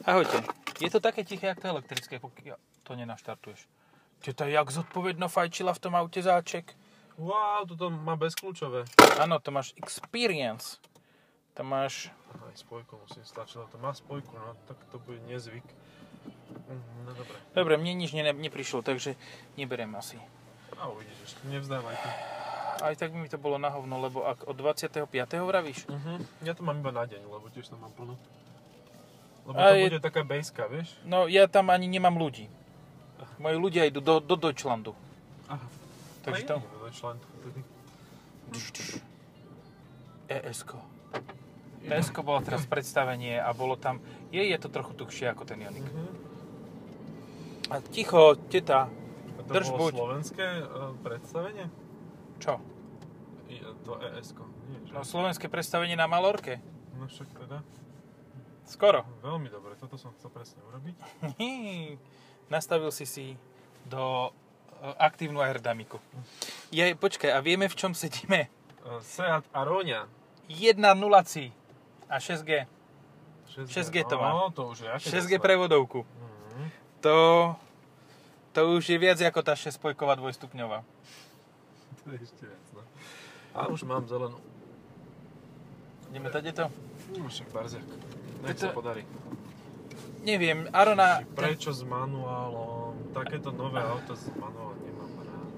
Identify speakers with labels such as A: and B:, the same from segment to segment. A: Ahojte. Je to také tiché, jak to elektrické, pokiaľ to nenaštartuješ. Teta, jak zodpovedno fajčila v tom aute záček.
B: Wow, toto má bezkľúčové.
A: Áno, to máš experience. Tam máš...
B: Aha, aj spojku musím stlačiť, ale to má spojku, no tak to bude nezvyk. Mm, No dobre.
A: Dobre, mne nič ne, neprišlo, takže neberiem asi.
B: A uvidíš, ešte nevzdávaj to.
A: Aj tak by mi to bolo na hovno, lebo ak od 25. vravíš?
B: Mhm. Ja to mám iba na deň, lebo tiež to mám plno. Lebo
A: A
B: to
A: je-
B: bude taká bejska, vieš?
A: No, ja tam ani nemám ľudí. Moji ľudia idú do, do Deutschlandu.
B: Aha.
A: Takže
B: Aj
A: to...
B: ideme do článku vtedy.
A: ESK. ESK bolo teraz predstavenie a bolo tam... Je, je to trochu tuhšie ako ten Janik.
B: Mhm.
A: A ticho, teta.
B: A to
A: Drž
B: bolo
A: buď.
B: slovenské e, predstavenie?
A: Čo?
B: I, e, to ES-ko. Nie, že?
A: No, slovenské predstavenie na Malorke.
B: no však teda.
A: Skoro.
B: Veľmi dobre, toto som chcel presne urobiť.
A: Hí, Nastavil si si do e, aktívnu aerodynamiku. Je, počkaj, a vieme v čom sedíme?
B: E, Seat Aronia.
A: 1.0 a 6G. 6G to má.
B: No, to už je aké
A: 6G
B: doslova.
A: prevodovku.
B: Mhm.
A: To, to už je viac ako tá 6-spojková dvojstupňová.
B: To je ešte viac, no. A už mám zelenú.
A: Ideme tady to?
B: No, však barziak. Nech
A: Toto-
B: sa podarí.
A: Neviem, Arona...
B: Že Prečo s manuálom? Takéto nové auto s manuálom nemám rád.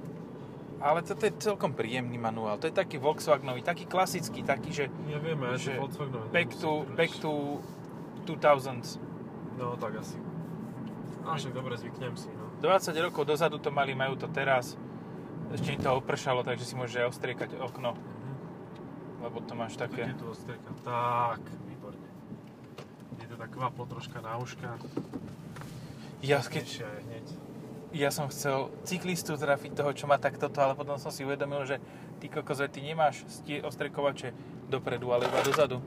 A: Ale toto je celkom príjemný manuál. To je taký Volkswagenový, taký klasický, taký, že
B: Ja viem, ja
A: Že
B: že Volkswagenové
A: back
B: nemusím
A: to,
B: príliš.
A: back to 2000s.
B: No, tak asi. A však dobre, zvyknem si, no.
A: 20 rokov dozadu to mali, majú to teraz. Ešte im to opršalo, takže si môže ostriekať okno,
B: Mhm.
A: lebo to máš
B: Také.
A: také...
B: tu ostrieka. Tak, výborne. Je to tak kvaplo troška na uška.
A: Ja, keď,
B: Ešte aj hneď.
A: ja som chcel cyklistu trafiť toho, čo má tak toto, ale potom som si uvedomil, že ty kokoze, ty nemáš stie ostrekovače dopredu, ale iba dozadu.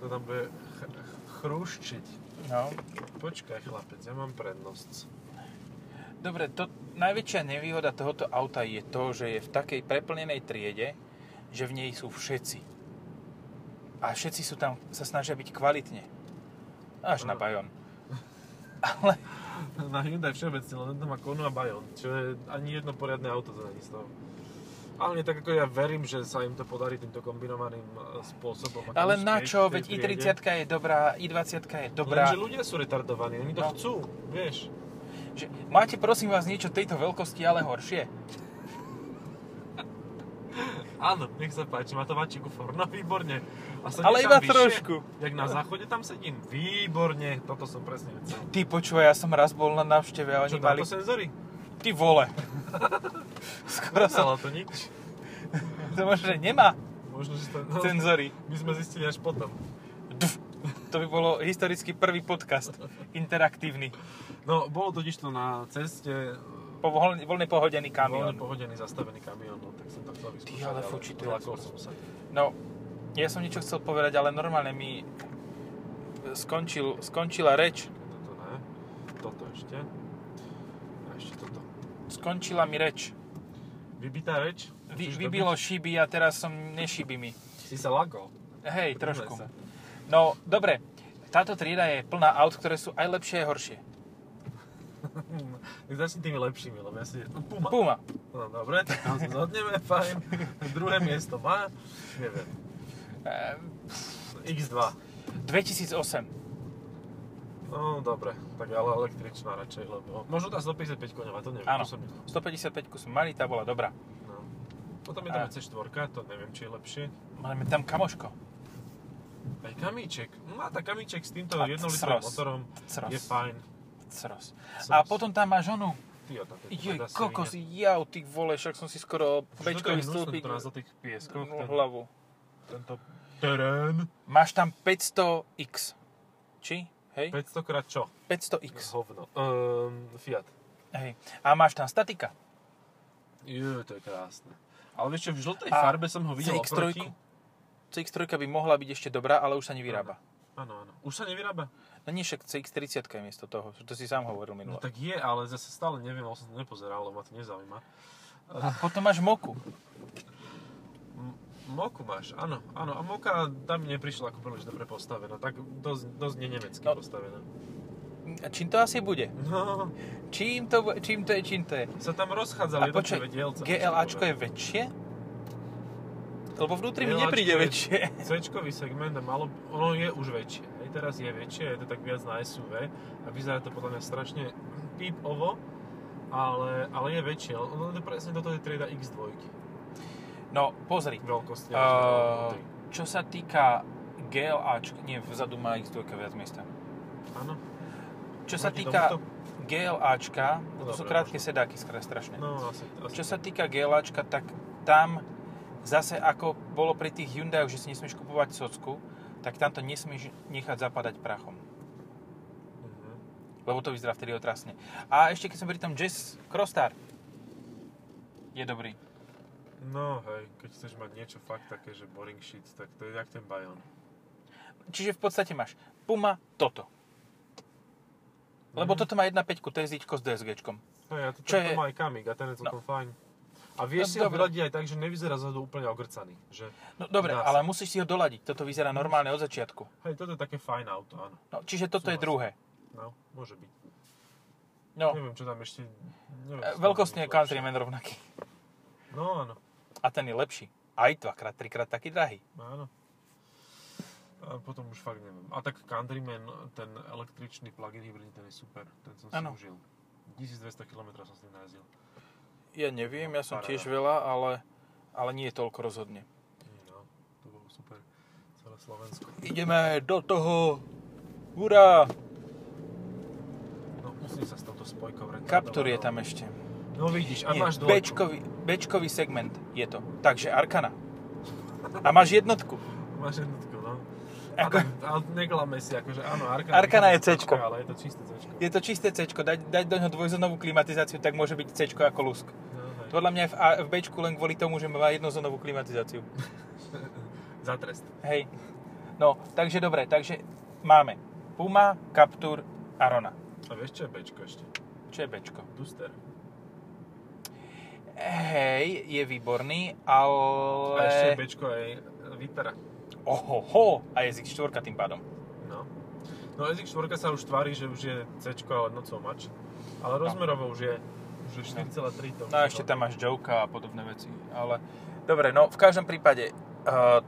B: To tam bude ch- chruščiť.
A: No.
B: Počkaj, chlapec, ja mám prednosť.
A: Dobre, to, najväčšia nevýhoda tohoto auta je to, že je v takej preplnenej triede, že v nej sú všetci. A všetci sú tam, sa snažia byť kvalitne. Až na
B: Áno.
A: Bajon. Ale
B: Na Hyundai všeobecne, len to má Konu a Bayon, čo je ani jedno poriadne auto to není z toho. Ale nie, tak ako ja verím, že sa im to podarí týmto kombinovaným e, spôsobom. ako
A: Ale
B: už
A: na
B: keď
A: čo?
B: v tej
A: Veď
B: triede.
A: i30 je dobrá, i20 je dobrá.
B: Lenže ľudia sú retardovaní, oni to
A: No.
B: chcú, vieš.
A: Že, máte prosím vás niečo tejto veľkosti, ale horšie?
B: Áno, nech sa páči, má to vačíku for, no výborne. A sedím
A: Ale
B: tam
A: iba
B: vyššie,
A: trošku.
B: Jak na záchode tam sedím, výborne, toto som presne chcel.
A: Ty počúvaj, ja som raz bol na návšteve a oni
B: Čo,
A: mali...
B: mali... senzory?
A: Ty vole. Skoro sa...
B: Nedala to nič.
A: To možno, že nemá
B: Možno, že to... No,
A: cenzory.
B: My sme zistili až potom.
A: Df. To by bolo historicky prvý podcast. Interaktívny.
B: No, bolo totiž to na ceste
A: Po voľne, voľne pohodený
B: kamión.
A: kamión.
B: pohodený, zastavený kamión, no, tak som to chcel vyskúšať.
A: ale fuči, to je
B: zlakol
A: express.
B: som sa.
A: No, ja som niečo chcel povedať, ale normálne mi skončil, skončila reč.
B: Toto ne, toto ešte. A ešte toto.
A: Skončila mi reč.
B: Vybitá reč?
A: Vy,
B: Chceš
A: vybilo
B: dobiť?
A: šiby a teraz som nešibí mi.
B: Si sa lakol.
A: Hej,
B: Priznaj
A: trošku.
B: sa.
A: No, dobre. Táto trieda je plná aut, ktoré sú aj lepšie, aj horšie.
B: Tak začni tými lepšími, lebo ja si... Puma.
A: Puma.
B: No dobre, tak tam sa zhodneme, fajn. Druhé miesto má, neviem,
A: Eh,
B: X2.
A: 2008.
B: No dobre, tak ale električná radšej, lebo... Možno tá 155 koňová, to neviem,
A: Áno.
B: to som nedal.
A: 155 som mali, tá bola dobrá.
B: No. Potom je tam
A: A.
B: aj C4, to neviem, či je lepšie.
A: Máme tam kamoško.
B: Aj kamíček, má tá kamíček s týmto
A: A
B: jednolitrovým
A: sros.
B: motorom,
A: Sros.
B: je fajn.
A: Sros.
B: Sros.
A: A potom tam máš onu.
B: Ty, tá, tá,
A: Jej, kokos, jau, ty vole, však som si skoro bečkový stĺpik
B: nás do tých pieskoch,
A: no,
B: ten,
A: hlavu.
B: tento terén.
A: Máš tam 500X. Či? Hej?
B: 500 krát čo?
A: 500X.
B: Hovno. Ehm, Fiat.
A: Hej. A máš tam statika.
B: Jo, to je krásne. Ale vieš čo, v žltej
A: A
B: farbe som ho videl
A: CX-3?
B: oproti.
A: CX-3 by mohla byť ešte dobrá, ale už sa nevyrába.
B: Áno, áno. Už sa nevyrába?
A: No nie, však CX-30 je miesto toho, to si sám hovoril minule.
B: No tak je, ale zase stále neviem, lebo som to nepozeral, lebo ma to nezaujíma.
A: A potom máš moku.
B: M- Moku máš, áno, áno. A Moka tam neprišla ako príliš dobre postavená, tak dosť, dosť nenemecky
A: No.
B: postavená.
A: A čím to asi bude?
B: No,
A: Čím to, bu- čím to je, čím to je?
B: sa tam
A: A
B: rozchádzali
A: počkaj,
B: jednotlivé dielce.
A: GLAčko je väčšie? Lebo vnútri mi
B: GLAčko
A: nepríde
B: je-
A: väčšie.
B: C-čkový segment a malo, ono je už väčšie. Aj teraz je väčšie, je to tak viac na SUV a vyzerá to podľa mňa strašne pípovo, ale, ale je väčšie. Ono to presne toto je trieda X2
A: No, pozri.
B: veľkosti.
A: Uh, čo sa týka GLAčka, nie, vzadu má X2 viac miesta.
B: Áno.
A: Čo sa
B: Proti
A: týka
B: tomuto?
A: GLAčka,
B: No
A: to sú
B: dobre,
A: krátke
B: možno.
A: sedáky, skra- strašné.
B: No, asi, asi.
A: Čo sa týka GLAčka, tak tam zase ako bolo pri tých Hyundai, že si nesmieš kupovať socku, tak tam to nesmieš nechať zapadať prachom.
B: Mhm.
A: Lebo to vyzerá vtedy otrasne. A ešte keď som pri tom Jazz Crossstar, je dobrý.
B: No hej, keď chceš mať niečo fakt také, že boring shit, tak to je jak ten Bayon.
A: Čiže v podstate máš Puma toto. Lebo
B: Mhm.
A: toto má 1.5 TSIčko s DSGčkom.
B: No ja to,
A: Čo
B: to,
A: je-
B: to má aj Kamik a ten je celkom fajn. A vieš si
A: No,
B: ho
A: dobre.
B: vyladiť aj tak, že nevyzerá zadu úplne ogrcaný. Že...
A: No dobre,
B: Dá sa. Mhm.
A: ale musíš si ho doladiť. Toto vyzerá normálne od začiatku.
B: Hej, toto je také fajn auto, áno.
A: No, čiže toto je
B: Súhlasím.
A: druhé.
B: No, môže byť.
A: No,
B: Neviem, čo tam ešte... Neviem,
A: e,
B: čo tam
A: veľkostne je
B: niečo Mhm. lepšie.
A: Countryman rovnaký.
B: No áno,
A: A ten je lepší. Aj dvakrát, trikrát taký drahý.
B: áno. A potom už fakt neviem. A tak Countryman, ten električný plug-in hybridný, ten je super. Ten som si
A: Áno.
B: užil. 1200 km som s ním najazdil.
A: Ja neviem, ja som
B: Paráda.
A: tiež veľa, ale, ale nie je toľko rozhodne.
B: No, to bolo super. Celé Slovensko.
A: Ideme do toho! Hurá!
B: No, musím sa s touto spojkou vrátiť.
A: Captur je tam ešte.
B: No vidíš, a
A: Nie,
B: máš dvojku.
A: Bčkový, Bčkový segment je to. Takže Arkana. A máš jednotku.
B: Máš jednotku, no.
A: Ako-
B: Ako... Ale neklame si, akože áno, Arkana,
A: Arkana je Cčko.
B: Ale je to čisté Cčko.
A: Je to čisté C, dať, dať do ňoho dvojzónovú klimatizáciu, tak môže byť C ako lusk.
B: No, hej.
A: Podľa mňa je v, A, v Bčku len kvôli tomu, že má jednozónovú klimatizáciu.
B: Za trest.
A: Hej. No, takže dobre, takže máme Puma, Captur, Arona.
B: A vieš, čo je Bčko ešte?
A: Čo je Bčko?
B: Duster.
A: Hej, je výborný,
B: A ešte je
A: ale...
B: Bčko aj Vitara.
A: Ohoho, a je ZX4 tým pádom.
B: No. No SX4 sa už tvári, že už je Cčko, ale nocou mač. Ale rozmerovo už je, už je 4,3 to.
A: No a ešte tam máš Joka a podobné veci, ale... Dobre, no v každom prípade... Uh,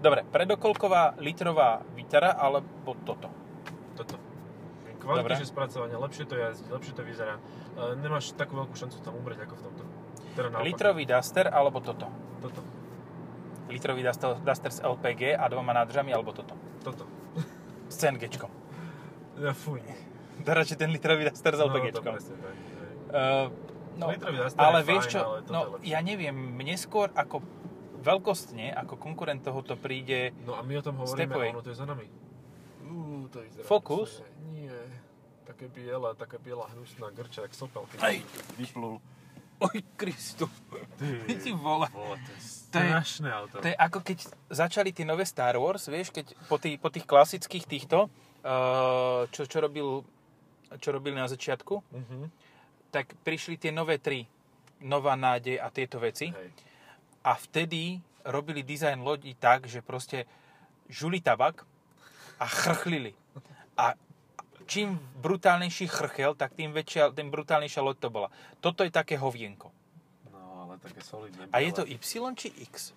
A: dobre, predokolková litrová vytara alebo toto.
B: No, Toto. Kvalitnejšie
A: Dobre.
B: spracovanie, lepšie to jazdí, lepšie to vyzerá. E, nemáš takú veľkú šancu tam umrieť ako v tomto. Teda naopak.
A: Litrový Duster alebo toto.
B: Toto.
A: Litrový Duster, Duster s LPG a dvoma nádržami alebo toto.
B: Toto.
A: S CNGčkom. No,
B: Ja, fuj.
A: Radšej Teda, ten litrový Duster s LPGčkom.
B: No, to No, presne tak, hej.
A: Uh, no,
B: Litrový Duster
A: ale
B: je
A: vieš
B: fajn,
A: čo,
B: ale toto
A: no,
B: je lepšie.
A: ja neviem, mne skôr ako veľkostne, ako konkurent tohoto príde
B: no a my o tom hovoríme,
A: Stepway.
B: a ono to je za nami. Uh, to vyzerá.
A: Focus?
B: hnusne. Nie. Také biela, taká biela hnusná grča, jak sopel. Keď
A: Aj.
B: vyplul.
A: Oj, Kristu, ty vole.
B: Vole, to je
A: To je-
B: strašné auto.
A: To je ako keď začali tie nové Star Wars, vieš, keď po, tých, po tých klasických týchto, eh, čo, čo, robil, čo robili na začiatku,
B: Mhm.
A: tak prišli tie nové tri, Nová nádej a tieto veci.
B: Hej.
A: A vtedy robili dizajn lodí tak, že proste žuli tabak a chrchlili. A čím brutálnejší chrchel, tak tým, väčšia, tým brutálnejšia loď to bola. Toto je také hovienko.
B: No, ale také solidné.
A: A je
B: biele.
A: to Y či X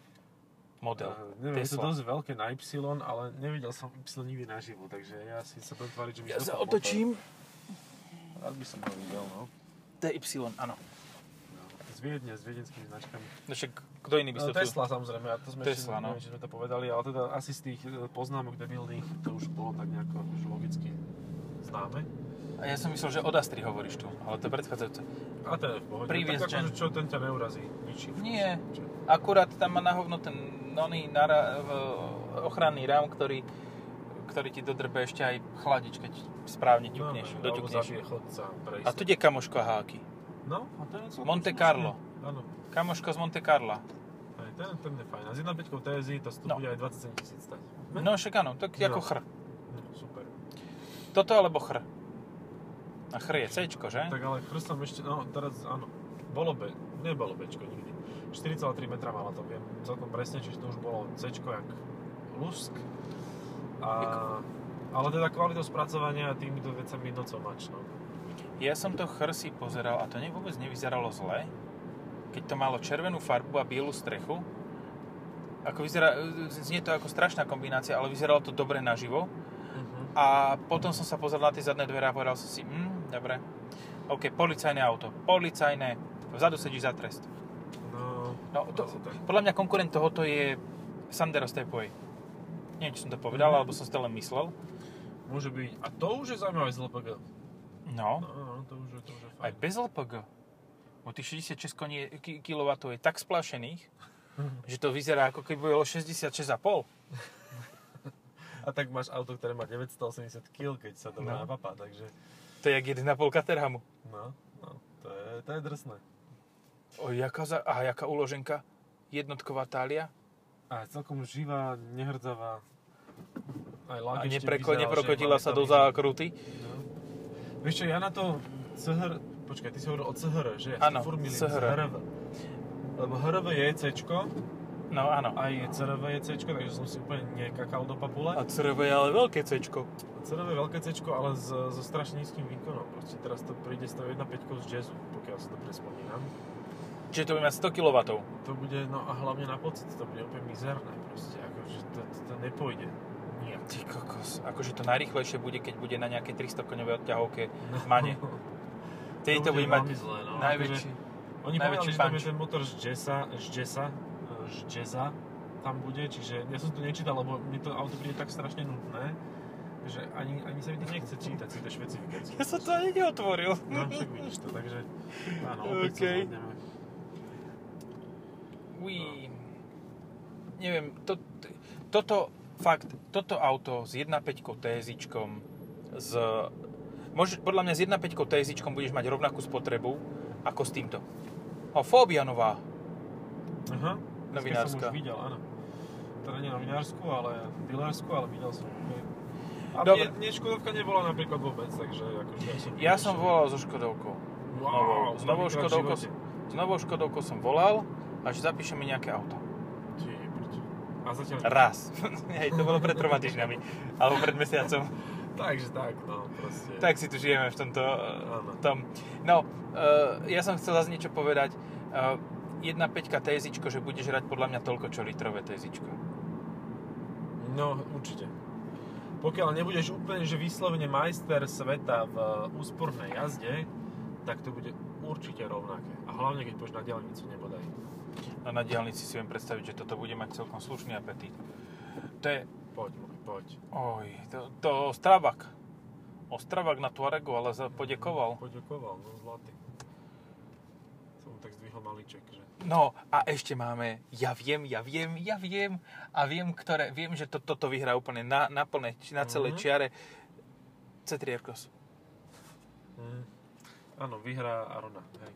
A: model?
B: Eh, neviem, je to
A: Tesla.
B: dosť veľké na Y, ale nevidel som Y nikdy naživo, takže ja si sa budem tváriť, že mi
A: Ja sa
B: zdopal motor.
A: otočím.
B: Rád by som ho videl, no.
A: To je Y, áno.
B: no. Z Viedne, s viedenskými značkami.
A: No však kto iný by
B: No,
A: to
B: Tesla samozrejme, a to sme
A: Tesla,
B: ešte,
A: no.
B: neviem, či sme to povedali, ale teda asi z tých e, poznámok debilných to už bolo tak nejako už logicky známe.
A: A ja som myslel, že od Astry hovoríš tu, ale to je predchádzajúce.
B: A to je v pohode.
A: Previous
B: tak, akože,
A: gen.
B: čo ten ťa neurazí? Ničím.
A: Nie.
B: Čo?
A: Akurát tam má na hovno ten oný nara, v- ochranný rám, ktorý, ktorý ti dodrbe ešte aj chladič, keď správne ťukneš,
B: No, alebo
A: doťukneš.
B: zabije chodca. pre
A: A tu je kamoško a háky.
B: No, a to je celkom
A: Monte
B: slušné.
A: Carlo.
B: Áno.
A: Kamoško z Monte Carla.
B: Aj ten, ten je fajn. A s 1.5 TSI to tu
A: No.
B: bude aj 27 tisíc stať.
A: No však áno, tak
B: No.
A: ako chr.
B: No, super.
A: Toto alebo chr. A chr je C, že?
B: Tak ale chr som ešte, no teraz áno, bolo B, nebolo Bčko nikdy. 4,3 metra mala to, viem celkom presne, čiže to už bolo C jak lusk. A, ale teda kvalita spracovania a týmito vecami no co mač, no.
A: Ja som to chrsi pozeral a to ne, vôbec nevyzeralo zle. Keď to malo červenú farbu a bielu strechu, ako vyzerá, znie to ako strašná kombinácia, ale vyzeralo to dobre naživo.
B: Uh-huh.
A: A potom som sa pozrel na tie zadné dvere a povedal som si, hm, dobre. OK, policajné auto, policajné, vzadu sedíš za trest.
B: No,
A: No, to,
B: asi tak.
A: podľa mňa konkurent tohoto je Sandero Stepway. Neviem, či som to povedal,
B: Mhm.
A: alebo som si to len myslel.
B: Môže byť. A to už je zaujímavé z LPG. No,
A: No,
B: no, to už je, to už je
A: aj
B: fajn.
A: bez LPG. Bo tých 66 koní ki- kilovatov je tak splašených,
B: Mhm.
A: že to vyzerá ako keby bolo 66,5.
B: A tak máš auto, ktoré má 980 kg, keď sa to
A: No.
B: no. napapá, takže...
A: To je jak 1,5 Caterhamu.
B: No, no, to je, to je drsné.
A: O, jaká za... Aha, jaká uloženka? Jednotková tália?
B: A celkom živá, nehrdzavá. Aj
A: A
B: lak ešte
A: nepreko,
B: vyzeral, že
A: neprokotila
B: mali
A: sa
B: tam
A: do
B: ísť.
A: zákruty?
B: No. Vieš čo, ja na to CHR... Počkaj, ty si hovoril o CHR, že? Ja
A: Áno,
B: si furt milím
A: CHR.
B: HRV. Lebo HRV je Cčko,
A: No áno.
B: aj CRV je Cčko, takže som si úplne nekakal do papule.
A: A CRV je ale veľké Cčko.
B: CRV je veľké Cčko, ale s- so strašne nízkym výkonom. Proste teraz to príde s tou 1.5 z Jazzu, pokiaľ si dobre spomínam.
A: Čiže to by mať 100 kW.
B: To bude, no a hlavne na pocit, to bude úplne mizerné proste, akože to, to, to nepôjde. Nie.
A: Ty kokos. Akože to najrychlejšie bude, keď bude na nejakej 300 koňovej odťahovke v Mane.
B: No.
A: Tej to bude mať
B: veľmi zlé, no.
A: najväčší.
B: Akože, oni
A: najväčší
B: povedali, že tam je
A: punch.
B: ten motor z Jessa, z Jessa, e, z Jessa, tam bude, čiže ja som to nečítal, lebo mi to auto príde tak strašne nudné, že ani, ani sa mi to nechce čítať si to špecifikácie.
A: Ja som to ani neotvoril.
B: No, tak vidíš to, takže áno, opäť
A: Okej.
B: okay. zvládneme.
A: Uí. Neviem, to, t- toto fakt, toto auto s 1.5 TSIčkom, s, môž, podľa mňa s 1.5 TSIčkom budeš mať rovnakú spotrebu ako s týmto. A fóbia nová.
B: Aha, dneska
A: Novinárska.
B: som už videl, áno. Teda nie novinársku, ale dealersku, ale videl som. hej. A
A: Dobre.
B: Dobre. mne, mne Škodovka nebola napríklad vôbec, takže akože ja som...
A: Ja som volal No, so Škodovkou. novou- s novou
B: prvýkrát v
A: Škodovkou
B: živote.
A: S novou Škodovkou som volal, až zapíšeme nejaké auto.
B: Ty prčo. A zatiaľ...
A: Raz. Hej, to bolo pred troma týždňami. Alebo pred mesiacom.
B: Takže tak, no proste.
A: Tak si tu žijeme v tomto...
B: Áno.
A: eh, Tom. No, eh, ja som chcel zase niečo povedať. Uh, 1.5 tézičko, že budeš hrať podľa mňa toľko, čo litrové tézičko.
B: No, určite. Pokiaľ nebudeš úplne, že vyslovene majster sveta v eh, úspornej jazde, tak to bude určite rovnaké. A hlavne, keď pôjdeš na diaľnicu, nebodaj.
A: No na diálnici si viem predstaviť, že toto bude mať celkom slušný apetít. To je...
B: Poď, môj, poď.
A: Oj, to, to Ostravak. Ostravak na Tuaregu, ale za, podekoval.
B: Poďakoval, no zlatý. Som mu tak zdvihol maliček, že...
A: No a ešte máme, ja viem, ja viem, ja viem a viem, ktoré, viem, že to, toto vyhrá úplne na, na plné, či na celej
B: Mhm.
A: čiare. C3 Aircross.
B: Mm. Áno, vyhrá Arona, hej.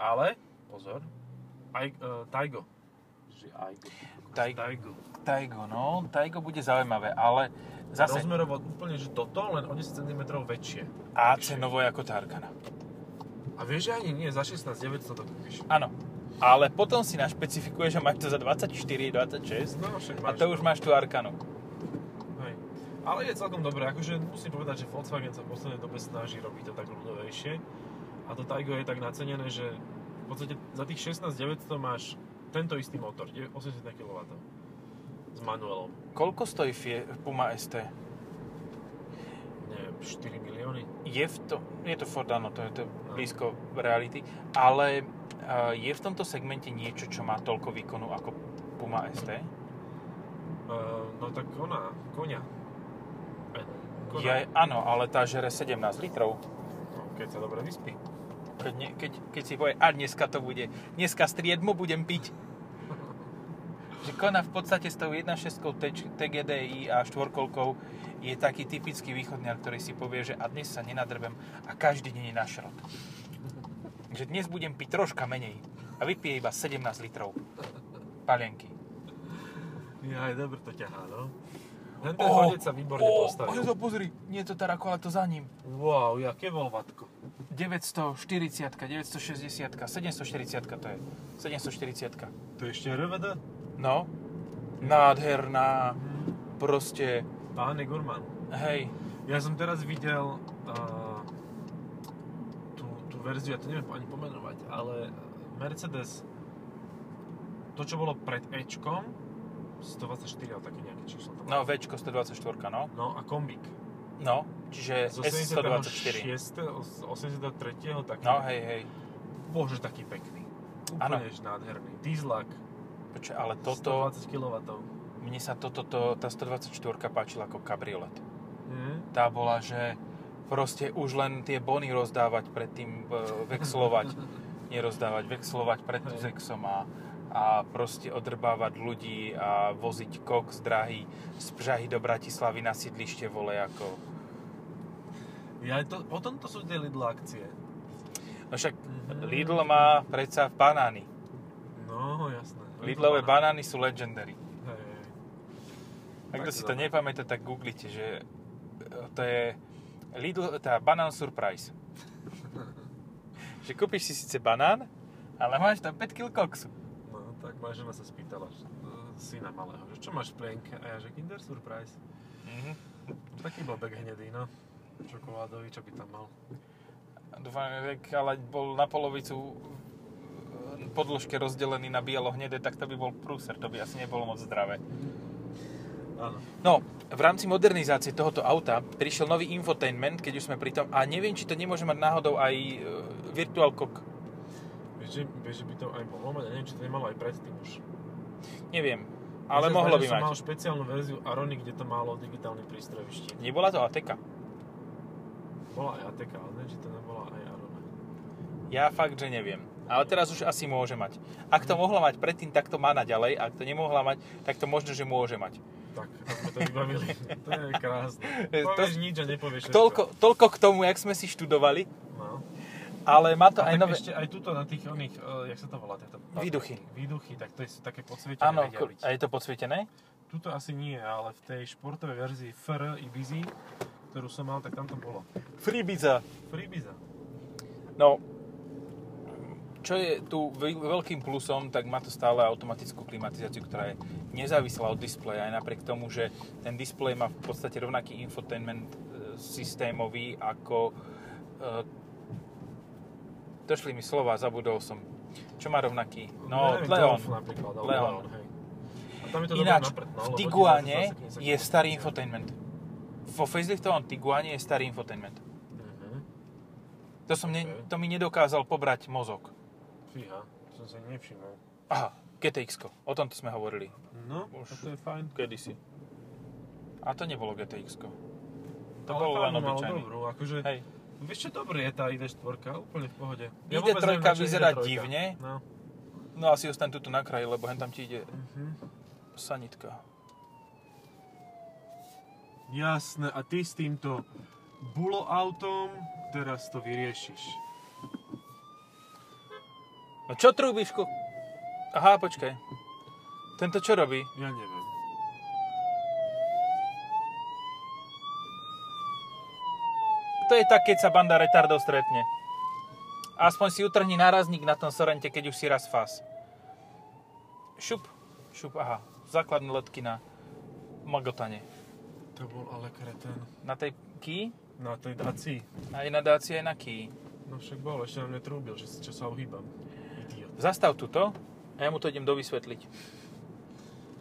B: Ale, pozor, aj, uh, Taigo. Že Aigo.
A: Taigo.
B: Taigo.
A: Taigo, no, Taigo bude zaujímavé, ale zase
B: Rozmerovo úplne, že toto, len o 10 cm väčšie.
A: A cenovo je ako Tarkana.
B: A vieš, že ani nie, za 16 900 to kúpiš.
A: Áno, ale potom si našpecifikuje, že máš to za 24, 26
B: No, však
A: a to už máš tu Arkanu.
B: Hej. Ale je celkom dobré, akože musím povedať, že Volkswagen sa v poslednej dobe snaží robiť to tak ľudovejšie. A to Taigo je tak nacenené, že v podstate za tých 16 900 máš tento istý motor, de- 80 kW. S manuelom.
A: Koľko stojí Fie- Puma ST?
B: Neviem, 4 milióny.
A: Je, v to, je to Ford, áno, to je to blízko reality, ale eh, je v tomto segmente niečo, čo má toľko výkonu ako Puma ST?
B: Uh, no tak ona, konia. E,
A: Je, áno, ale tá žere 17 litrov.
B: No, keď sa dobre vyspí.
A: Keď, ne, keď, keď si povie, a dneska to bude, dneska striedmo budem piť. Že Kona v podstate s tou 1.6 T- TGDI a štvorkolkou je taký typický východňar, ktorý si povie, že a dnes sa nenadrbem a každý deň je na šrot. Že dnes budem piť troška menej a vypije iba 17 litrov palienky.
B: Ja, je dobre to ťahá, no. Len ten
A: Oh,
B: chodec sa výborne postavil.
A: to pozri, nie je to Tarakola, to za ním.
B: Wow, jaké volvatko.
A: 940, 960, 740 to je. 740.
B: To je ešte RVD?
A: No, nádherná, proste,
B: Pán je gurmán.
A: hej,
B: Ja som teraz videl uh, tú, tú verziu, ja to neviem ani pomenovať, ale Mercedes, to čo bolo pred Ečkom, 124, ale také nejaké číslo to
A: no
B: bolo.
A: Včko 124, no,
B: no a kombík.
A: no, čiže S124.
B: 86, 83, taký.
A: No, hej, hej,
B: Bože, taký pekný.
A: Áno.
B: Úplne že nádherný. Dieslak,
A: Počkej, ale toto,
B: 120 kW.
A: mne sa toto, to, tá 124 páčila ako kabriolet.
B: Mm.
A: Tá bola, že proste už len tie bony rozdávať predtým, e, vexlovať, nerozdávať, vexlovať pred
B: Hej.
A: Zexom a, a proste odrbávať ľudí a voziť kok z drahy, z Pžahy do Bratislavy na sídlište vole ako...
B: Ja, to, o tomto sú tie Lidl akcie.
A: No však
B: Mhm.
A: Lidl má predsa banány.
B: No, jasné.
A: Lidlové banány
B: banány.
A: sú legendary.
B: Hej, hej, hej.
A: Ak kto
B: Tak
A: si
B: to
A: to
B: dobre.
A: nepamätá, tak googlite, že e, to je Lidl, tá banán surprise. že kúpiš si síce banán, ale máš tam 5 kg koksu.
B: No, tak moja žena sa spýtala že, e, syna malého, že čo máš v plienke? A ja, že Kinder Surprise.
A: Mhm.
B: Taký blbek hnedý, no. Čokoládový, čo by tam mal.
A: Dúfam, že ak ale bol na polovicu e, podložke rozdelený na bielo-hnedé, tak to by bol prúser, to by asi nebolo moc zdravé.
B: Áno.
A: No, v rámci modernizácie tohoto auta prišiel nový infotainment, keď už sme pri tom, a neviem, či to nemôže mať náhodou aj e, Virtual Cock.
B: Vieš, že, vieš, že by to aj mohlo mať? Ja neviem, či to nemalo aj predtým už.
A: Neviem, ale
B: Ja sa
A: mohlo
B: zdá,
A: by
B: že som
A: mať.
B: mal špeciálnu verziu Arony, kde to malo digitálny prístroj v štít.
A: Nebola to Ateka.
B: Bola aj ATK, ale neviem, či to nebola aj Arona.
A: Ja fakt, že neviem. Ale teraz už asi môže mať. Ak to mohla mať predtým, tak to má naďalej. Ak to nemohla mať, tak to možno, že môže mať.
B: Tak, a sme to vybavili. to je krásne.
A: To-
B: Povieš nič a nepovieš všetko.
A: Toľko, toľko k tomu, jak sme si študovali,
B: No.
A: ale má to
B: A
A: aj
B: tak
A: nové...
B: ešte aj tuto na tých oných, uh, jak sa to volá? Tieto,
A: Výduchy.
B: Výduchy, tak to je sú také podsvietené.
A: Áno,
B: vedia
A: ko-
B: byť.
A: a je to podsvietené?
B: Tuto asi nie, ale v tej športovej verzii FR Ibizy, ktorú som mal, tak tam to bolo.
A: Freebiza.
B: Freebiza.
A: No, čo je tu veľ- veľkým plusom, tak má to stále automatickú klimatizáciu, ktorá je nezávislá od displeja, aj napriek tomu, že ten displej má v podstate rovnaký infotainment e, systémový ako... E, došli mi slova, zabudol som. Čo má rovnaký? No,
B: neviem,
A: Leon.
B: Golf napríklad, ale
A: Leon.
B: Leon. hej. A tam je to
A: Ináč,
B: dobré napred, no,
A: v
B: lebo
A: Tiguane
B: 10 sekúnd, 10
A: je
B: sekúnd.
A: starý infotainment. Vo faceliftovom Tiguane je starý infotainment.
B: Mhm.
A: To, som ne,
B: Ok.
A: to mi nedokázal pobrať mozog.
B: Fíha, to som sa nevšimol.
A: Aha, gtx o tomto sme hovorili.
B: No,
A: Už-
B: a to je fajn.
A: Kedysi. A to nebolo gtx To
B: Ale
A: bolo
B: fajn,
A: len
B: No, malo
A: obyčajný.
B: Dobrú, akože,
A: Hej.
B: vieš čo, dobrý je tá ID4, úplne v pohode.
A: ID
B: vôbec neviem,
A: trojka
B: na čo je
A: vyzerá
B: ID trojka.
A: divne.
B: No.
A: No asi ostaň tuto na kraji, lebo hen tam ti ide
B: Mhm.
A: sanitka.
B: Jasné, a ty s týmto bulo autom teraz to vyriešiš.
A: No čo trúbišku? Aha, počkaj. Tento čo robí?
B: Ja neviem.
A: To je tak, keď sa banda retardov stretne. Aspoň si utrhni nárazník na tom Sorente, keď už si raz fás. Šup, šup, aha. Základné letky na Magotane.
B: To bol ale kreten. No,
A: Na tej Key,
B: Na tej daci.
A: aj na Dacia, aj na Key.
B: No však bol, ešte na mne trúbil, že si čo sa ohýbam. Idiot.
A: Zastav tuto a ja mu to idem dovysvetliť.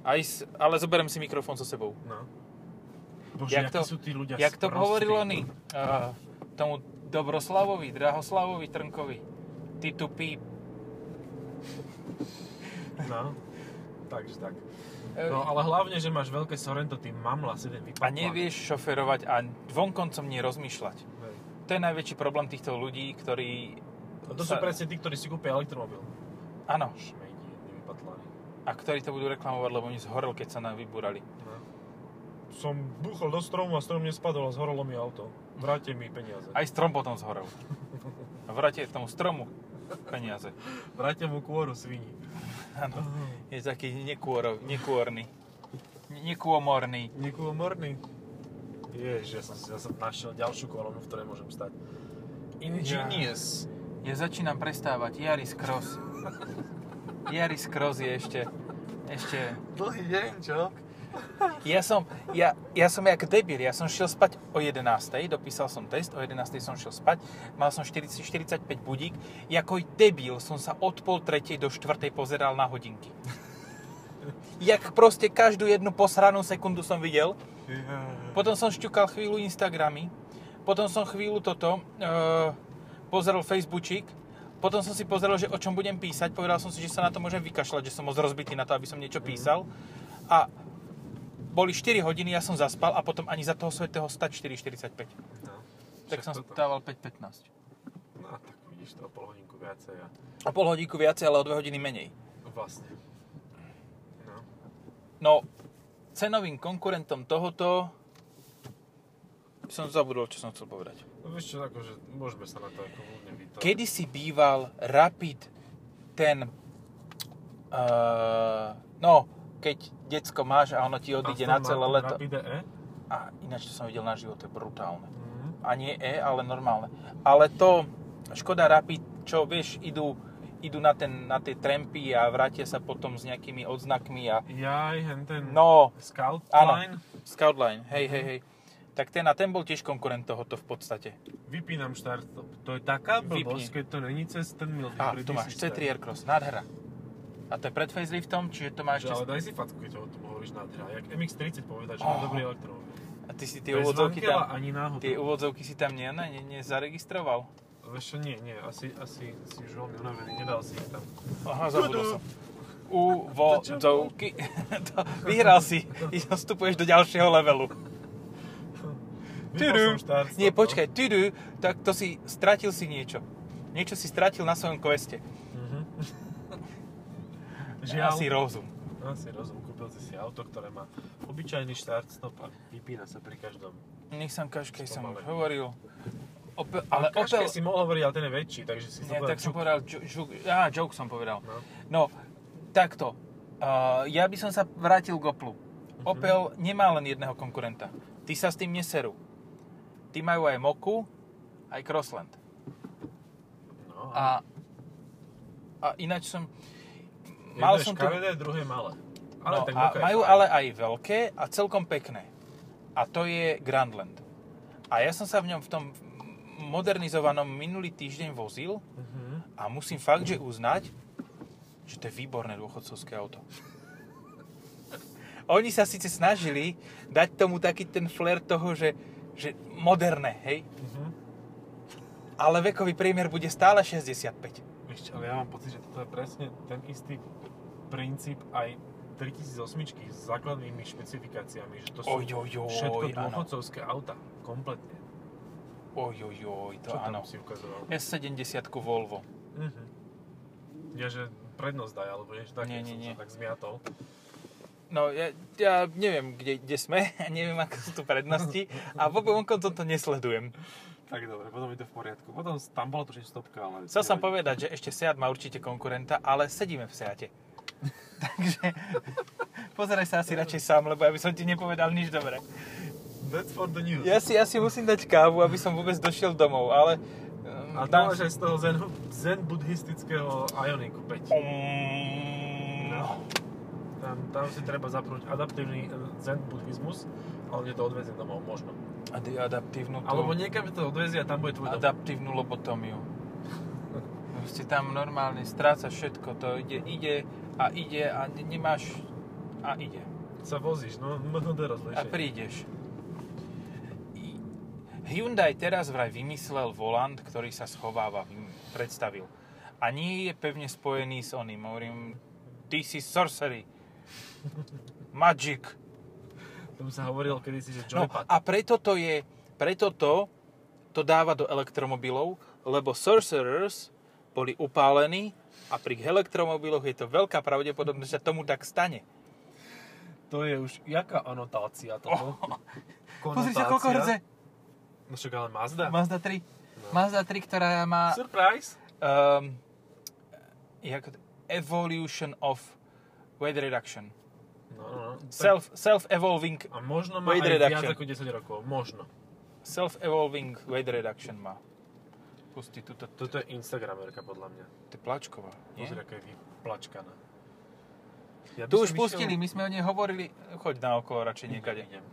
A: Aj s, ale zoberiem si mikrofón so sebou.
B: No. Bože,
A: Jak
B: jak
A: to-
B: sú tí ľudia
A: Jak to
B: sprostí.
A: hovoril oný, uh, tomu Dobroslavovi, Drahoslavovi, Trnkovi. Ty tu píp.
B: No. Takže tak.
A: Eh,
B: No ale hlavne, že máš veľké Sorento, ty mamla si ten
A: A nevieš šoferovať a vonkoncom nerozmýšľať.
B: Hej.
A: To je najväčší problém týchto ľudí, ktorí...
B: A to sú presne tí, ktorí si kúpia elektromobil.
A: Áno,
B: Šmejdi, nevypatlaní.
A: a ktorí to budú reklamovať, lebo oni zhorel, keď sa nám vybúrali.
B: No. Som buchol do stromu a strom nespadol a zhorolo mi auto. Vráte mi peniaze.
A: Aj strom potom zhorel. A vráte tomu stromu peniaze.
B: Vráte mu kôru svini.
A: Áno. Je taký nekôrov, nekôrny. Ne- Nekômorný.
B: Niekoho morný. Ježiš, ja som, ja som našiel ďalšiu kolónu, v ktorej môžem stať. Ingenious.
A: Ja začínam prestávať. Yaris Cross. Yaris Cross je ešte... Ešte...
B: Dlhý deň, čo?
A: Ja som, ja, ja som jak debil, ja som šiel spať o 11. Dopísal som test, o 11. som šiel spať. Mal som 40, 45 budík. Jakoj debil som sa od pol tretej do štvrtej pozeral na hodinky. Jak proste každú jednu posranú sekundu som videl.
B: Yeah.
A: Potom som šťukal chvíľu Instagramy, potom som chvíľu toto, e, pozrel Facebookík, potom som si pozrel, že o čom budem písať, povedal som si, že sa na to môžem vykašľať, že som moc rozbitý na to, aby som niečo písal. A boli 4 hodiny, ja som zaspal a potom ani za toho svetého stať 4,45.
B: No.
A: Tak
B: Však
A: som
B: toto.
A: stával 5,15.
B: No a tak vidíš to o pol hodinku viacej a
A: O pol hodinku viacej, ale o 2 hodiny menej.
B: vlastne. No.
A: No, cenovým konkurentom tohoto som zabudol, čo som chcel povedať.
B: no vieš čo, akože môžeme sa na to ako ľudne vytať.
A: Kedy si býval Rapid ten... Uh, no, keď decko máš a ono ti odíde na celé leto.
B: Rapide E?
A: A ináč to som videl na život, to je brutálne.
B: Mhm.
A: A nie E, ale normálne. Ale to Škoda Rapid, čo vieš, idú, idú na, ten, na tie trampy a vrátia sa potom s nejakými odznakmi a...
B: Jaj, hen ten
A: No,
B: Scout
A: Áno.
B: Line.
A: Scoutline, hej, hej, hej. Tak ten a ten bol tiež konkurent tohoto v podstate.
B: Vypínam štart. stop. To je taká blbosť,
A: Vypni.
B: keď to není cez ten mil.
A: A tu máš C3 Aircross, nádhera. A to je pred faceliftom, čiže to má ešte...
B: Ale daj si facku, keď o tom hovoríš nádhera. Jak MX-30 povedať, že má
A: Oh.
B: dobrý elektromobil.
A: A ty si tie
B: Bez
A: úvodzovky
B: Vankela
A: tam...
B: ani náhodou.
A: Tie úvodzovky si tam ne, ne, ne, nezaregistroval?
B: Vieš čo, nie, nie, asi, asi si už veľmi unavený, nedal si ich tam.
A: Aha,
B: Tudu.
A: zabudol som. Úvodzovky. To, vyhral si. I vstupuješ do ďalšieho levelu.
B: Vypol som
A: Tudu.
B: štart, stop,
A: Nie,
B: no.
A: počkaj. Tudu. Tak to si... Stratil si niečo. Niečo si stratil na svojom queste.
B: Mhm. Žiaľ, no,
A: Asi rozum.
B: asi rozum, kúpil si si auto, ktoré má obyčajný štart stop a vypína sa pri každom.
A: Nech som kaškej som už
B: Spomalej.
A: hovoril. Ope, ale
B: Kaške
A: Opel...
B: si mohol hovoriť, ale ten je väčší, takže si
A: Nie,
B: zobrať
A: tak som
B: čuk.
A: povedal... Žuk, žuk, á, joke som povedal.
B: No.
A: No, takto. Uh, ja by som sa vrátil k Oplu.
B: Mhm.
A: Opel nemá len jedného konkurenta. Tí sa s tým neserú. Tí majú aj Moku, aj Crossland.
B: No,
A: A, a ináč som...
B: mal
A: Mal som tu...
B: škaredé, druhé malé. Ale
A: No,
B: tak
A: a
B: Moka je
A: majú
B: fajn.
A: ale aj veľké a celkom pekné. A to je Grandland. A ja som sa v ňom v tom modernizovanom minulý týždeň vozil
B: Mhm.
A: a musím fakt, že uznať, že to je výborné dôchodcovské auto. Oni sa síce snažili dať tomu taký ten flair toho, že, že moderné, hej?
B: Mhm.
A: Ale vekový priemer bude stále 65.
B: Vieš čo, ale ja mám pocit, že toto je presne ten istý princíp aj 3008 s základnými špecifikáciami, že to sú
A: Ojojoj,
B: všetko
A: áno.
B: dôchodcovské auta, kompletne.
A: Ojojoj, to
B: Čo
A: áno.
B: tam si ukazoval?
A: S70 Volvo.
B: Mhm. Ja, že prednosť daj, alebo niečo také,
A: Nie, nie,
B: som
A: nie.
B: sa tak zmiatol.
A: No, ja, ja neviem, kde, kde sme, neviem, aké sú tu prednosti a vôbec vonkoncom to nesledujem.
B: Tak dobre, potom je to v poriadku. Potom s- tam bola tuším stopka, ale...
A: Chcel som povedať, že ešte Seat má určite konkurenta, ale sedíme v Seate. Takže pozeraj sa asi radšej sám, lebo ja by som ti nepovedal nič dobré.
B: That's for the news.
A: Ja si asi musím dať kávu, aby som vôbec došiel domov, ale... um,
B: A
A: dám
B: tam máš aj z toho zen, zen buddhistického Ioniku
A: Um,
B: 5. No. Tam, tam si treba zapnúť adaptívny eh, zen buddhizmus, ale mne to odvezie domov, možno.
A: A ty adaptívnu tú...
B: Alebo niekam to odvezie a tam bude tvoj dom.
A: adaptívnu lobotómiu. Proste tam normálne stráca všetko, to ide, ide a ide a ne- nemáš a ide.
B: Sa vozíš, no MHD
A: A
B: rozlešenie.
A: prídeš. I- Hyundai teraz vraj vymyslel volant, ktorý sa schováva, vym- predstavil. A nie je pevne spojený s oným. Hovorím, this is sorcery. Magic.
B: Tomu sa hovorilo kedysi, že
A: No,
B: joypad.
A: a preto to je, preto to, to dáva do elektromobilov, lebo Sorcerers boli upálení a pri elektromobiloch je to veľká pravdepodobnosť, že sa tomu tak stane.
B: To je už jaká anotácia toho? Konotácia?
A: Oh. Pozri sa, koľko hrze.
B: No však ale Mazda.
A: Mazda 3. Mazda 3, ktorá má
B: Surprise!
A: um, jak, evolution of weight reduction.
B: No, no, no. Tak-
A: Self, self-evolving,
B: A možno má
A: Weight
B: aj
A: reduction.
B: viac ako 10 rokov. Možno.
A: self-evolving weight reduction má. Pusti tuto, to,
B: Toto je Instagramerka podľa mňa.
A: to je plačková. Nie?
B: Pozri, aká je vyplačkaná. Ja by
A: Tu
B: som
A: už
B: išiel-
A: pustili, my sme o nej hovorili. Choď na okolo radšej niekade.
B: Idem, idem.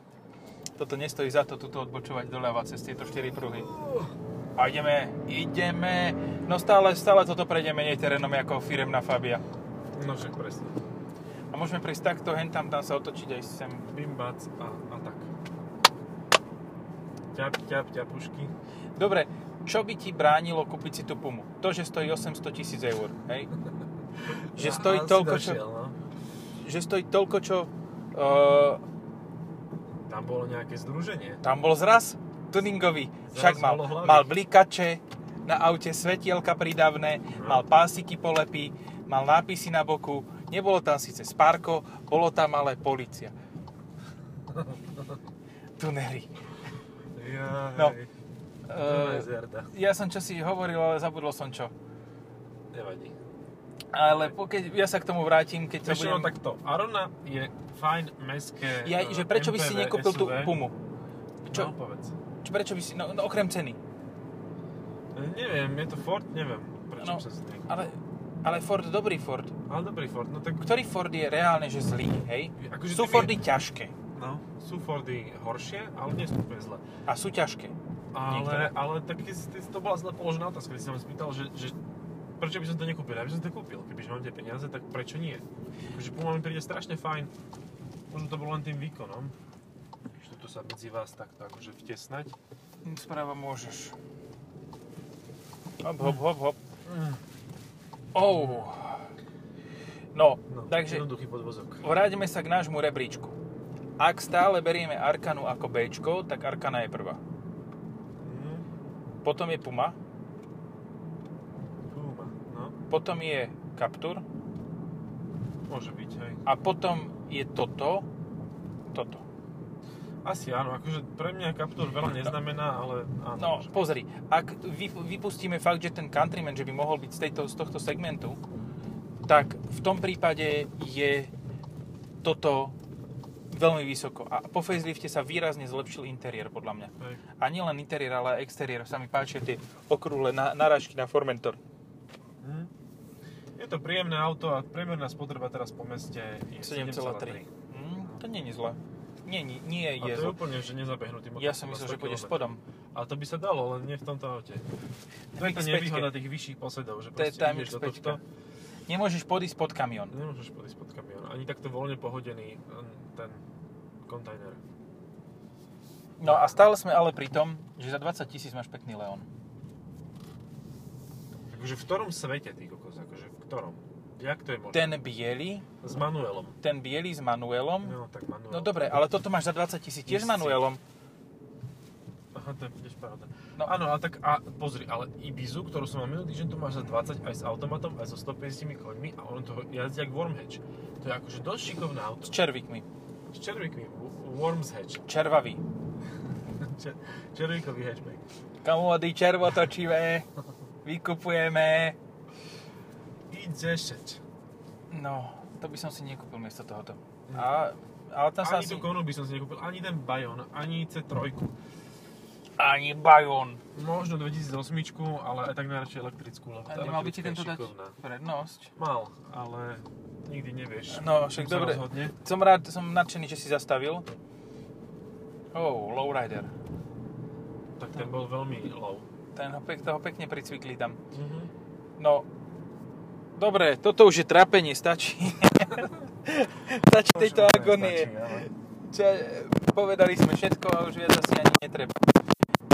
A: Toto nestojí za to, tuto odbočovať doľava cez tieto 4 pruhy. A ideme, ideme. No stále, stále toto prejdeme menej terénom ako firemná Fabia.
B: No však presne.
A: A môžeme prejsť takto, hen tam, tam sa otočiť aj sem.
B: Bimbac a, a tak. Ťap, ťap, ťapušky.
A: Dobre, čo by ti bránilo kúpiť si tú Pumu? To, že stojí 800 tisíc eur, hej? Že
B: A-
A: stojí
B: a si
A: toľko, čo,
B: došiel, no.
A: že stojí toľko, čo... Uh,
B: Tam bolo nejaké združenie.
A: tam bol zraz tuningový. Však mal,
B: bolo hlavy.
A: mal blikače, na aute svetielka pridavné, mal pásiky polepy, mal nápisy na boku. Nebolo tam síce Sparko, bolo tam ale policia. Tunery.
B: Jaj.
A: No.
B: Uh,
A: Eh, ja som čo si hovoril, ale zabudol som čo.
B: Nevadí.
A: Ale pokiaľ, ja sa k tomu vrátim, keď to
B: Ešte
A: budem...
B: budem... takto. Arona je fajn meské...
A: Ja,
B: eh,
A: že prečo by si
B: MPV,
A: nekúpil tú
B: SUV?
A: Pumu? Čo,
B: No, povedz.
A: čo, prečo by si, no, no okrem ceny.
B: Eh, Neviem, je to Ford, neviem, prečo
A: No,
B: no. sa si nekúpil.
A: ale, ale Ford, dobrý Ford.
B: Ale dobrý Ford, no tak...
A: Ktorý Ford je reálne, že zlý, hej?
B: Akože
A: sú
B: tým je-
A: Fordy ťažké.
B: No, sú Fordy horšie, ale nie sú úplne zle.
A: A sú ťažké. Niektoré.
B: Ale, ale tak keď si, ty- to bola zle položená otázka, keď si sa ma spýtal, že, že prečo by som to nekúpil? Ja by som to kúpil. Kebyže mám tie peniaze, tak prečo nie? Takže Puma mi príde strašne fajn. Možno to bolo len tým výkonom. Že tu sa medzi vás takto akože vtesnať.
A: Správa môžeš. Hop, hop, hop, hop.
B: Mm,
A: Oh. No,
B: No,
A: takže
B: Jednoduchý podvozok.
A: vráťme sa k nášmu rebríčku. Ak stále berieme Arkanu ako B, tak Arkana je prvá.
B: Mm.
A: Potom je Puma,
B: Puma, no.
A: potom je Captur
B: Môže byť, hej.
A: a potom je toto, toto.
B: Asi áno, akože pre mňa Captur veľa neznamená, ale áno.
A: No,
B: môže byť.
A: pozri, ak vy- vypustíme fakt, že ten countryman, že by mohol byť z, tejto, z tohto segmentu, tak v tom prípade je toto veľmi vysoko. A po facelifte sa výrazne zlepšil interiér, podľa mňa.
B: Hej.
A: A nielen interiér, ale aj exteriér. Sa mi páčia tie okrúhle na, narážky na Formentor.
B: Mm. Je to príjemné auto a priemerná spotreba teraz po meste je
A: 7,3.
B: 7,3.
A: Mm, to nie je zlé. Nie, nie, nie
B: A to
A: je
B: je
A: zlé.
B: úplne, že nezabehnutý motor.
A: Ja som myslel, že pôjdeš spodom.
B: A to by sa dalo, len nie v tomto aute. To je
A: X
B: tá
A: päťke.
B: nevýhoda tých vyšších posedov, že
A: To je
B: proste
A: tam
B: ideš do
A: X5.
B: tohto,
A: Nemôžeš podísť pod kamión.
B: nemôžeš podísť pod kamión. Ani takto voľne pohodený len ten kontajner.
A: No a stále sme ale pri tom, že za 20 tisíc máš pekný Leon.
B: Akože v ktorom svete, ty kokos, akože v ktorom? Jak to je možné?
A: Ten biely,
B: S manuelom.
A: ten biely s manuelom.
B: No, tak manuel.
A: No dobre, ale toto máš za 20 tisíc tiež s manuelom.
B: Aha, to je tiež pravda.
A: No.
B: No. Áno, ale tak a, pozri, ale Ibizu, ktorú som mal minulý týždeň, tu máš za 20 aj s automatom, aj so 150 koňmi a on to jazdí jak Worm Hatch. To je akože dosť šikovné auto.
A: S červikmi.
B: S červíkmi, Worm's Hatch.
A: Červavý.
B: Čer- Červíkový hatchback.
A: Kamody červotočivé. Vykupujeme.
B: I10.
A: No, to by som si nekúpil miesto tohoto. A, ale tam sa
B: Hm. Ani
A: asi...
B: tú konu by som si nekúpil, ani ten Bayon, ani C3.
A: Ani Bajon.
B: Možno 2008, ale aj tak najradšej elektrickú. Lebo
A: A
B: tá
A: nemal by ti
B: elektrická je
A: tento dať
B: šikovná.
A: prednosť?
B: Mal, ale nikdy nevieš.
A: No, však
B: Kým sa
A: dobre.
B: rozhodne.
A: Som rád, som nadšený, že si zastavil. Oh, lowrider.
B: Tak ten bol veľmi low.
A: Ten ho, pek, toho pekne pricvikli tam.
B: Mhm.
A: No, dobre, toto už je trápenie, stačí. stačí tejto agonie. Čo, povedali sme všetko a už viac asi ani netreba.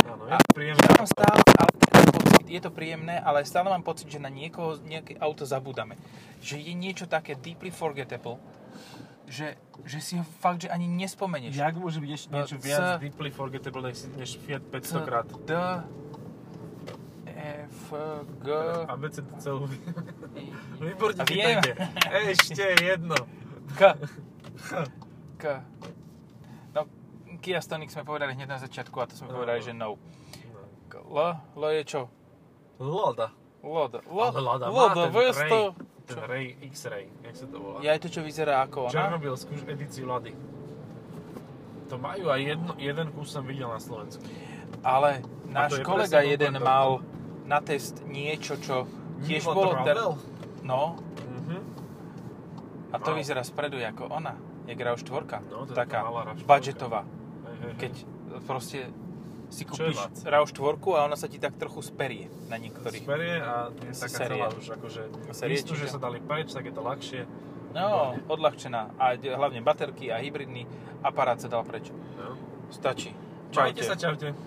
B: Áno,
A: A
B: je to príjemné.
A: Ja mám stále, ale mám pocit, je to príjemné, ale stále mám pocit, že na niekoho, nejaké auto zabúdame. Že je niečo také deeply forgettable, že, že si ho fakt, že ani nespomenieš. No,
B: Jak môže byť ešte niečo
A: C-
B: viac deeply forgettable než než Fiat 500 krát?
A: D, E, F, G,
B: ABC celú...
A: I,
B: Výborne,
A: Viem.
B: vytajte. Ešte jedno.
A: K. K. No, Kia Stonic sme povedali hneď na začiatku a to sme
B: No.
A: povedali, že no. K- L, L je čo?
B: Loda.
A: Loda.
B: Ale Lada má
A: Loda,
B: ten Ray,
A: 200.
B: ten
A: Čo?
B: Ray X-Ray, jak sa to volá.
A: Ja je to, čo vyzerá ako ona.
B: Černobylskú edíciu Lady. To majú aj jedno, jeden kus som videl na Slovensku.
A: Ale náš
B: to je
A: kolega
B: presne
A: jeden
B: Bombardo.
A: mal, na test niečo, čo tiež
B: Mimo
A: bolo... ter-
B: Travel?
A: No,
B: Mhm.
A: a to
B: Wow.
A: vyzerá spredu ako ona. Je Grau 4.
B: No, to je
A: taká
B: taká malá RAV4.
A: budgetová.
B: Hej, hej, hej.
A: Keď proste si
B: Čo
A: kúpiš
B: je lac?
A: RAV 4 a ona sa ti tak trochu sperie na niektorých.
B: Smerie a je taká
A: Série.
B: celá už akože
A: Série,
B: istú, že
A: čiže-
B: sa dali preč, tak je to ľahšie.
A: No, odľahčená. A d- hlavne baterky a hybridný aparát sa dal preč.
B: No.
A: Stačí.
B: Čaute. Majte
A: Čaute.
B: sa, čaute.